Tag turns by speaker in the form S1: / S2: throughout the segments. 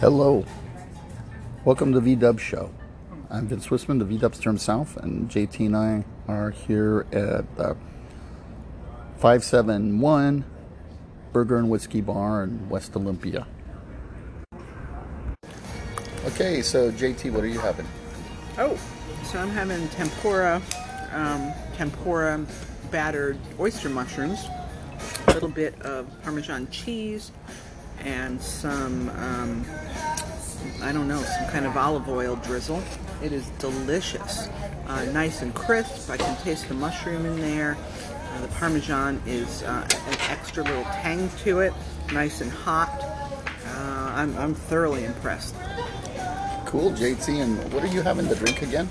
S1: Hello. Welcome to V-Dub Show. I'm Vince Swissman, the V-Dub's Term South, and JT and I are here at uh, 571 Burger and Whiskey Bar in West Olympia. Okay, so JT, what are you having?
S2: Oh, so I'm having tempura, um, tempura battered oyster mushrooms, a little bit of Parmesan cheese, and some, um, I don't know, some kind of olive oil drizzle. It is delicious. Uh, nice and crisp. I can taste the mushroom in there. Uh, the Parmesan is uh, an extra little tang to it. Nice and hot. Uh, I'm, I'm thoroughly impressed.
S1: Cool, JT, and what are you having to drink again?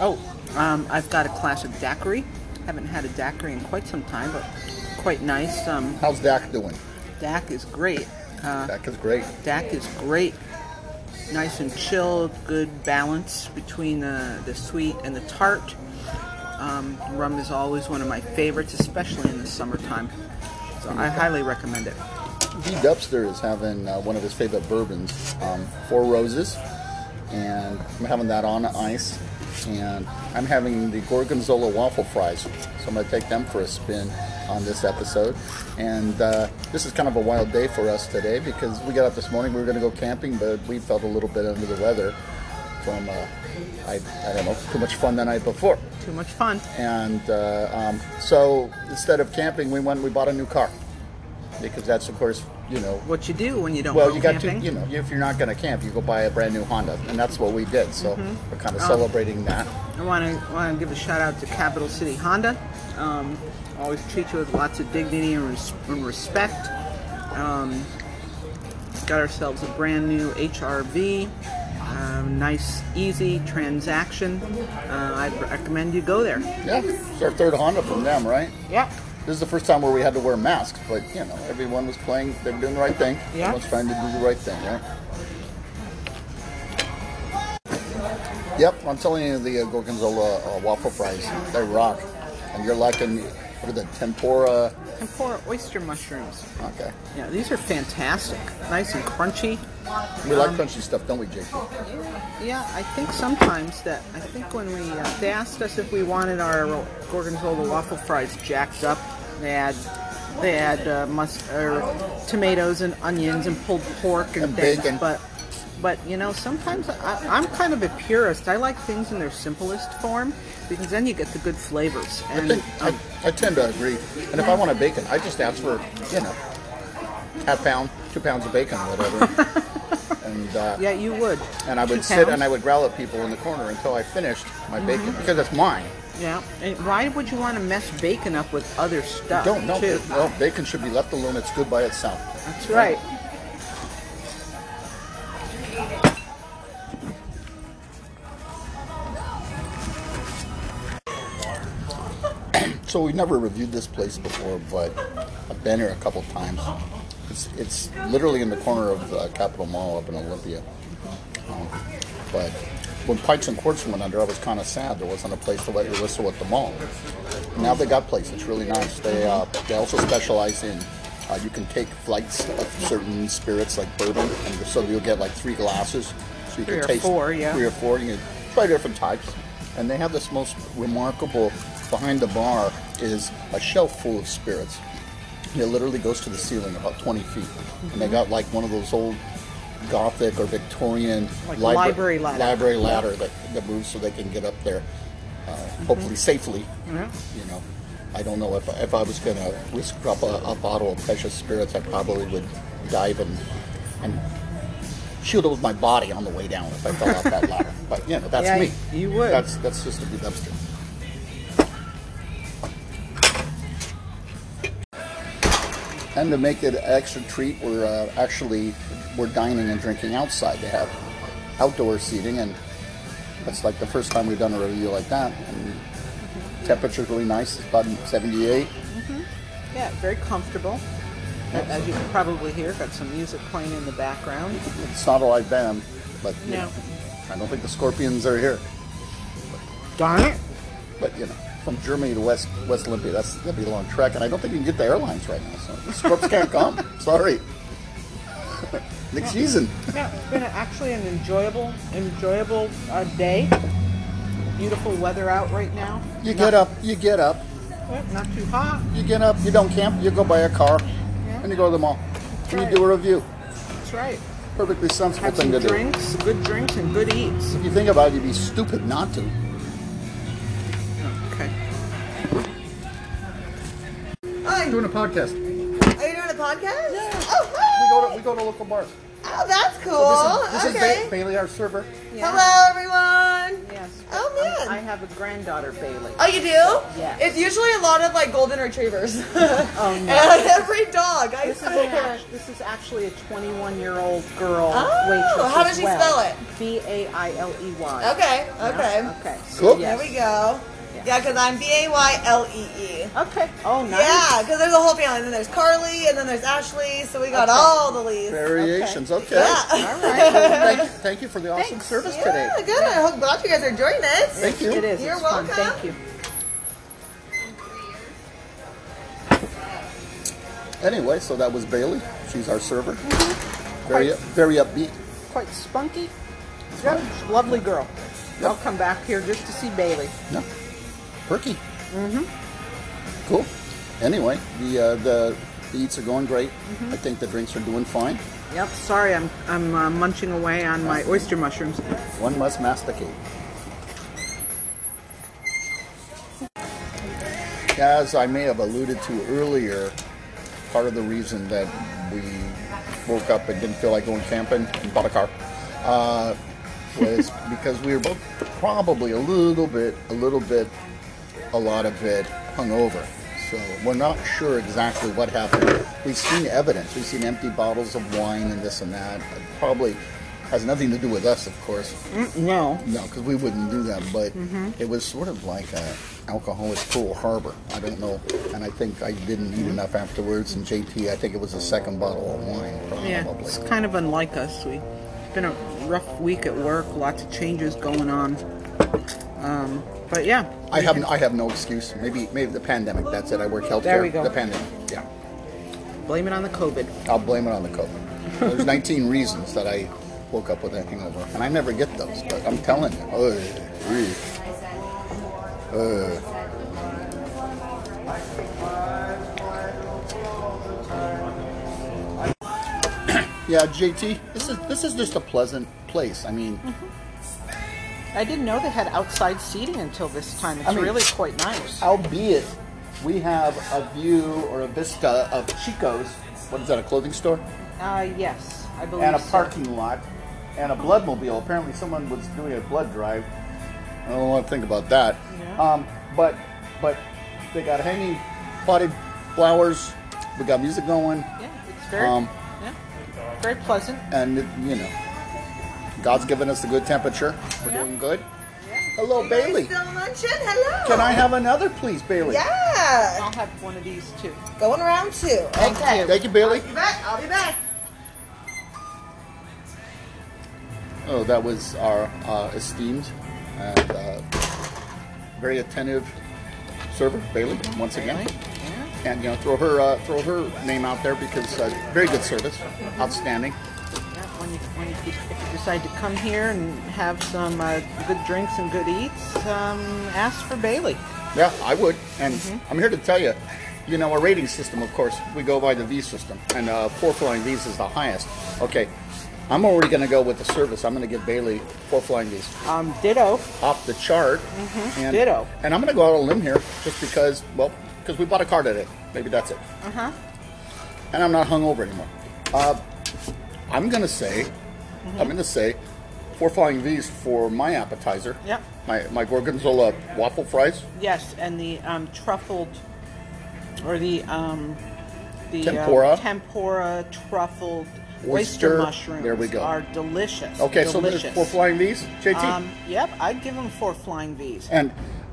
S2: Oh, um, I've got a classic daiquiri. Haven't had a daiquiri in quite some time, but quite nice. Um,
S1: How's Dak doing?
S2: DAC is great. Uh,
S1: Dak is great.
S2: DAC is great. Nice and chilled, good balance between uh, the, the sweet and the tart. Um, rum is always one of my favorites, especially in the summertime. So I highly recommend it.
S1: V Dubster is having uh, one of his favorite bourbons, um, Four Roses, and I'm having that on ice. And I'm having the Gorgonzola waffle fries, so I'm going to take them for a spin on this episode. And uh, this is kind of a wild day for us today because we got up this morning, we were going to go camping, but we felt a little bit under the weather from, uh, I, I don't know, too much fun the night before.
S2: Too much fun.
S1: And uh, um, so instead of camping, we went and we bought a new car because that's, of course, you know,
S2: What you do when you don't
S1: well,
S2: go
S1: you got
S2: camping?
S1: to, you know, if you're not going to camp, you go buy a brand new Honda, and that's what we did. So
S2: Mm-hmm.
S1: we're kind
S2: Oh.
S1: of celebrating that.
S2: I want to want to give a shout out to Capital City Honda. Um, always treat you with lots of dignity and, res- and respect. Um, got ourselves a brand new HRV. Um, nice, easy transaction. Uh, I recommend you go there.
S1: Yeah, it's our third Honda from them, right?
S2: Yeah.
S1: This is the first time where we had to wear masks, but you know, everyone was playing. They were doing the right thing.
S2: Yeah.
S1: Everyone's trying to do the right thing, right? Yep, I'm telling you, the uh, Gorgonzola uh, waffle fries, they rock. And you're liking, what are the tempura?
S2: Tempura oyster mushrooms.
S1: Okay.
S2: Yeah, these are fantastic. Nice and crunchy.
S1: We
S2: Um,
S1: like crunchy stuff, don't we, Jake?
S2: Yeah, I think sometimes that I think when we uh, they asked us if we wanted our gorgonzola waffle fries jacked up, they had they had uh, mus- or tomatoes and onions and pulled pork and,
S1: And
S2: things,
S1: bacon.
S2: but but you know sometimes I, I'm kind of a purist. I like things in their simplest form because then you get the good flavors.
S1: I
S2: And uh,
S1: think I, I tend to agree. And if I want a bacon, I just ask for you know half pound, two pounds of bacon, whatever. and uh,
S2: yeah, you would.
S1: and I would
S2: Two
S1: sit
S2: pounds. Mm-hmm.
S1: and I would growl at people in the corner until I finished my bacon because it's mine.
S2: yeah. And why would you want to mess bacon up with other stuff?
S1: Don't no,
S2: too?
S1: no bacon should be left alone. It's good by itself.
S2: That's right.
S1: So we never reviewed this place before, but I've been here a couple times. It's it's literally in the corner of uh, Capitol Mall up in Olympia. Um, but when Pikes and Quartz went under, I was kind of sad there wasn't a place to let your whistle at the mall. Now they got places. It's really nice. They uh, they also specialize in. Uh, you can take flights of certain spirits like bourbon, and so you'll get like three glasses. So you
S2: Three
S1: can
S2: or
S1: taste
S2: four, yeah.
S1: three or four. You can try different types, and they have this most remarkable. Behind the bar is a shelf full of spirits. It literally goes to the ceiling, about 20 feet, and they got like one of those old Gothic or Victorian
S2: Like
S1: libra-
S2: library ladder.
S1: library ladder that, that moves so they can get up there, uh, hopefully safely.
S2: Yeah.
S1: You know, I don't know if I, if I was going to risk drop a, a bottle of precious spirits, I probably would dive and and shield it with my body on the way down if I fell off that ladder. But you know, that's
S2: Yeah,
S1: me.
S2: you would.
S1: That's that's just a good dumpster. And to make it an extra treat, we're uh, actually we're dining and drinking outside. They have outdoor seating, and that's like the first time we've done a review like that. And temperature's really nice. It's about 78.
S2: Yeah, very comfortable. A- As you can probably hear, got some music playing in the background.
S1: It's not a live band, but you
S2: No.
S1: know, I don't think the Scorpions are here.
S2: Darn it!
S1: But you know, from Germany to West West Olympia, that's that'd be a long trek, and I don't think you can get the airlines right now. So the Scorps can't come. Sorry. Next season.
S2: No, it's been actually an enjoyable, enjoyable uh, day. Beautiful weather out right now.
S1: You
S2: Not-
S1: get up, you get up,
S2: Not too hot.
S1: you get up, you don't camp, you go buy a car,
S2: Yeah.
S1: and you go to the mall. And
S2: Right.
S1: you do a review.
S2: That's right.
S1: Perfectly sensible
S2: Have
S1: thing to
S2: some
S1: do.
S2: drinks, good drinks, and good eats.
S1: If you think about it, you'd be stupid not to.
S2: Okay.
S3: Hi.
S1: Doing a podcast. We
S3: Are you doing a podcast? Oh, hi.
S1: go to, we go to local bars.
S3: oh that's
S1: So
S3: cool.
S1: this is, this
S3: okay.
S1: is ba- Bailey, our server.
S3: Hello, everyone.
S2: Yes.
S3: Oh,
S2: I-
S3: man.
S2: I have a granddaughter, Bailey.
S3: Oh, you do?
S2: Yeah.
S3: It's usually a lot of like golden retrievers. oh
S2: no.
S3: And every dog. I
S2: This is, an
S3: swear.
S2: act- this is actually a 21 year old girl
S3: Oh,
S2: waitress.
S3: how does she spell it?
S2: B A I L E Y.
S3: Okay. Okay.
S2: Okay.
S1: Cool.
S3: There
S2: yes.
S3: we go.
S2: Yeah.
S3: Yeah, because I'm B A Y L E E.
S2: Okay. Oh, nice.
S3: Yeah, because there's a whole family. And then there's Carly, and then there's Ashley. So we got
S2: Okay.
S3: all the leaves.
S1: Variations, okay.
S3: Yeah.
S2: All right.
S1: Thank, thank you for the awesome
S2: Thanks.
S1: service
S3: Yeah,
S1: today.
S3: good. I hope glad you guys are enjoying this.
S1: Thank you.
S2: It is.
S3: You're
S2: it's fun.
S3: welcome.
S2: Thank you.
S1: Anyway, so that was Bailey. She's our server. Very, very upbeat.
S2: Quite spunky. Yep. Lovely girl. I'll come back here just to see Bailey.
S1: No. Perky. Mm-hmm. Cool. Anyway, the uh, the the eats are going great. I think the drinks are doing fine.
S2: Yep. Sorry, I'm I'm uh, munching away on my oyster mushrooms.
S1: One must masticate. As I may have alluded to earlier, part of the reason that we woke up and didn't feel like going camping and bought a car uh, was because we were both probably a little bit, a little bit, a lot of it hungover. So we're not sure exactly what happened. We've seen evidence. We've seen empty bottles of wine and this and that. It probably has nothing to do with us, of course.
S2: No.
S1: No, because we wouldn't do that. But
S2: Mm-hmm.
S1: it was sort of like a alcoholic Pearl Harbor. I don't know, and I think I didn't
S2: Mm-hmm.
S1: eat enough afterwards. And JT, I think it was the second bottle of wine, probably.
S2: Yeah. It's kind of unlike us. We it's been a rough week at work. Lots of changes going on. Um. But yeah.
S1: I have I have no excuse. Maybe maybe the pandemic. That's it. I work healthcare.
S2: There we go.
S1: The pandemic. Yeah,
S2: Blame it on the COVID.
S1: I'll blame it on the COVID. There's 19 reasons that I woke up with a hangover, and I never get those. But I'm telling you. Ugh, ugh. Ugh. Yeah, JT, this is this is just a pleasant place. I mean,
S2: I didn't know they had outside seating until this time. It's
S1: I mean- uh,
S2: really quite nice.
S1: albeit we have a view or a vista of Chico's. What is that? A clothing store
S2: Uh, yes, I believe.
S1: and a
S2: so.
S1: parking lot and a bloodmobile. Apparently, someone was doing a blood drive. I don't want to think about that.
S2: Yeah.
S1: Um, but but they got hanging potted flowers. We got music going.
S2: Yeah, it's very,
S1: Um,
S2: yeah, very pleasant.
S1: and you know, God's given us a good temperature. We're doing good. Hello, Bailey.
S3: Still luncheon. Hello.
S1: Can I have another, please, Bailey?
S3: Yeah.
S2: I'll have one of these too.
S3: Going around two.
S2: Thank
S3: okay.
S2: you.
S1: Thank you, Bailey.
S3: I'll be back. I'll be back.
S1: Oh, that was our uh, esteemed and uh, very attentive server, Bailey, once again.
S2: Bailey, yeah.
S1: And you know, throw her uh, throw her name out there because uh, very good service, outstanding.
S2: Yeah, When you, when you, if you decide to come here and have some uh, good drinks and good eats, um, ask for Bailey.
S1: Yeah, I would. And I'm here to tell you, you know, our rating system, of course, we go by the V system, and uh, four flying V's is the highest. Okay, I'm already going to go with the service. I'm going to give Bailey four flying V's
S2: Um, ditto.
S1: off the chart. And,
S2: Mm-hmm. Ditto.
S1: And I'm going to go out on a limb here just because, well, because we bought a car today. Maybe that's it.
S2: Uh huh.
S1: And I'm not hungover anymore. Uh, I'm going to say,
S2: Mm-hmm.
S1: I'm going to say, four flying V's for my appetizer.
S2: Yep.
S1: My, my gorgonzola waffle fries.
S2: Yes, and the um, truffled, or the um, the uh,
S1: Tempura.
S2: tempura truffled oyster,
S1: Oyster.
S2: mushrooms.
S1: There we go.
S2: Are delicious.
S1: Okay, so
S2: delicious.
S1: there's four flying V's. JT.
S2: Um, yep, I'd give them four flying V's.
S1: And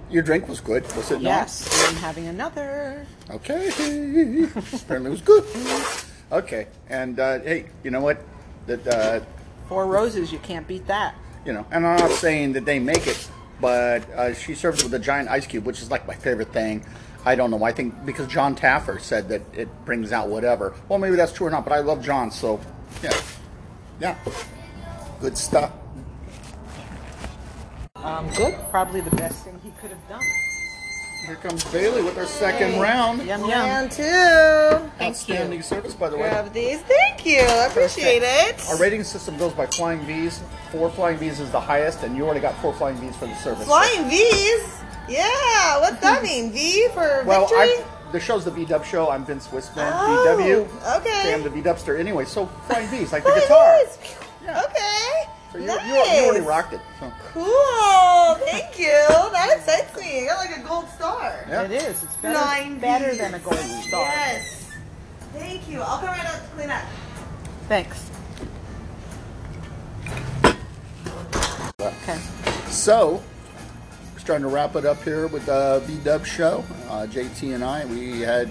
S1: your drink was good, was it
S2: Yes, I'm having another.
S1: not? Okay. Apparently it was good.
S2: Mm-hmm.
S1: Okay. And uh, hey, you know what? That uh,
S2: Four roses, you can't beat that.
S1: you know, and I'm not saying that they make it, but uh, she served it with a giant ice cube, which is like my favorite thing. I don't know. I think because John Taffer said that it brings out whatever. Well, maybe that's true or not, but I love John, so yeah. Yeah. Good stuff.
S2: Um, good. Probably the best thing he could have done.
S1: Here comes Bailey with her second round.
S2: Yum yum.
S3: Round two.
S1: Outstanding service, by the way.
S3: Grab these. Thank you. I appreciate it.
S1: Our rating system goes by flying V's. Four flying V's is the highest, and you already got four flying V's for the service.
S3: Flying V's. Yeah. What's that mean? V for
S1: well,
S3: victory?
S1: I, the show's the V Dub Show. I'm Vince Wisman,
S3: Oh,
S1: VW.
S3: okay.
S1: Say I'm the V Dubster. Anyway, so flying V's, like the
S3: Flying
S1: guitar.
S3: V's.
S1: Yeah.
S3: Okay.
S1: So you,
S3: nice.
S1: you, you already rocked it. So,
S3: Cool. Thank you. That excites me. I got like a gold star.
S1: yeah.
S2: It is. It's better,
S3: Nine
S2: better
S3: V's.
S2: than a gold star.
S3: Yes. Thank you. I'll come right out to clean up.
S2: Thanks. Okay.
S1: So, starting to wrap it up here with the V Dub show. Uh, JT and I, we had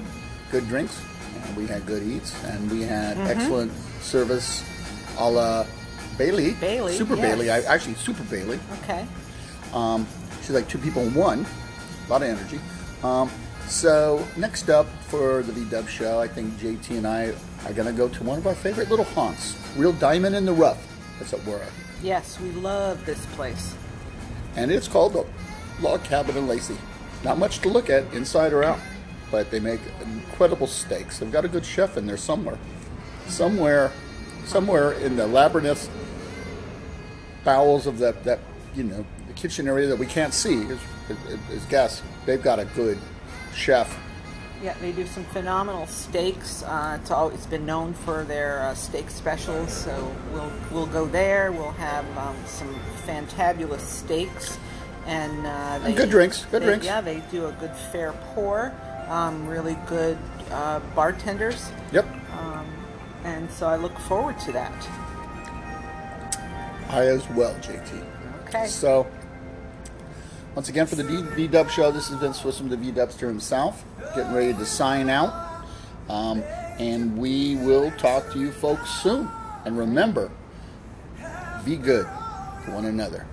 S1: good drinks, and we had good eats, and we had
S3: Mm-hmm.
S1: excellent service a la Bailey.
S2: Bailey,
S1: Super
S2: yes.
S1: Bailey. I, actually, Super Bailey.
S2: Okay.
S1: Um, she's like two people in one. A lot of energy. Um, so, next up for the V Dub show, I think JT and I are going to go to one of our favorite little haunts Real Diamond in the Rough. That's at Wara.
S2: Yes, we love this place.
S1: and it's called the Log Cabin in Lacey. Not much to look at, inside or out, but they make incredible steaks. They've got a good chef in there somewhere, somewhere, somewhere in the labyrinth bowels of that that you know the kitchen area that we can't see is, is, is gas. They've got a good chef.
S2: Yeah, they do some phenomenal steaks. Uh, it's always been known for their uh, steak specials, so we'll we'll go there. We'll have um, some fantabulous steaks, and uh, they,
S1: good drinks, good
S2: they-
S1: drinks.
S2: Yeah, they do a good fair pour. Um, really good uh, bartenders,
S1: Yep,
S2: and so I look forward to that.
S1: I as well, JT.
S2: Okay.
S1: So, once again, for the V Dub Show, this is Vince Swiss from the V Dubster himself, getting ready to sign out. Um, and we will talk to you folks soon. And remember, be good to one another.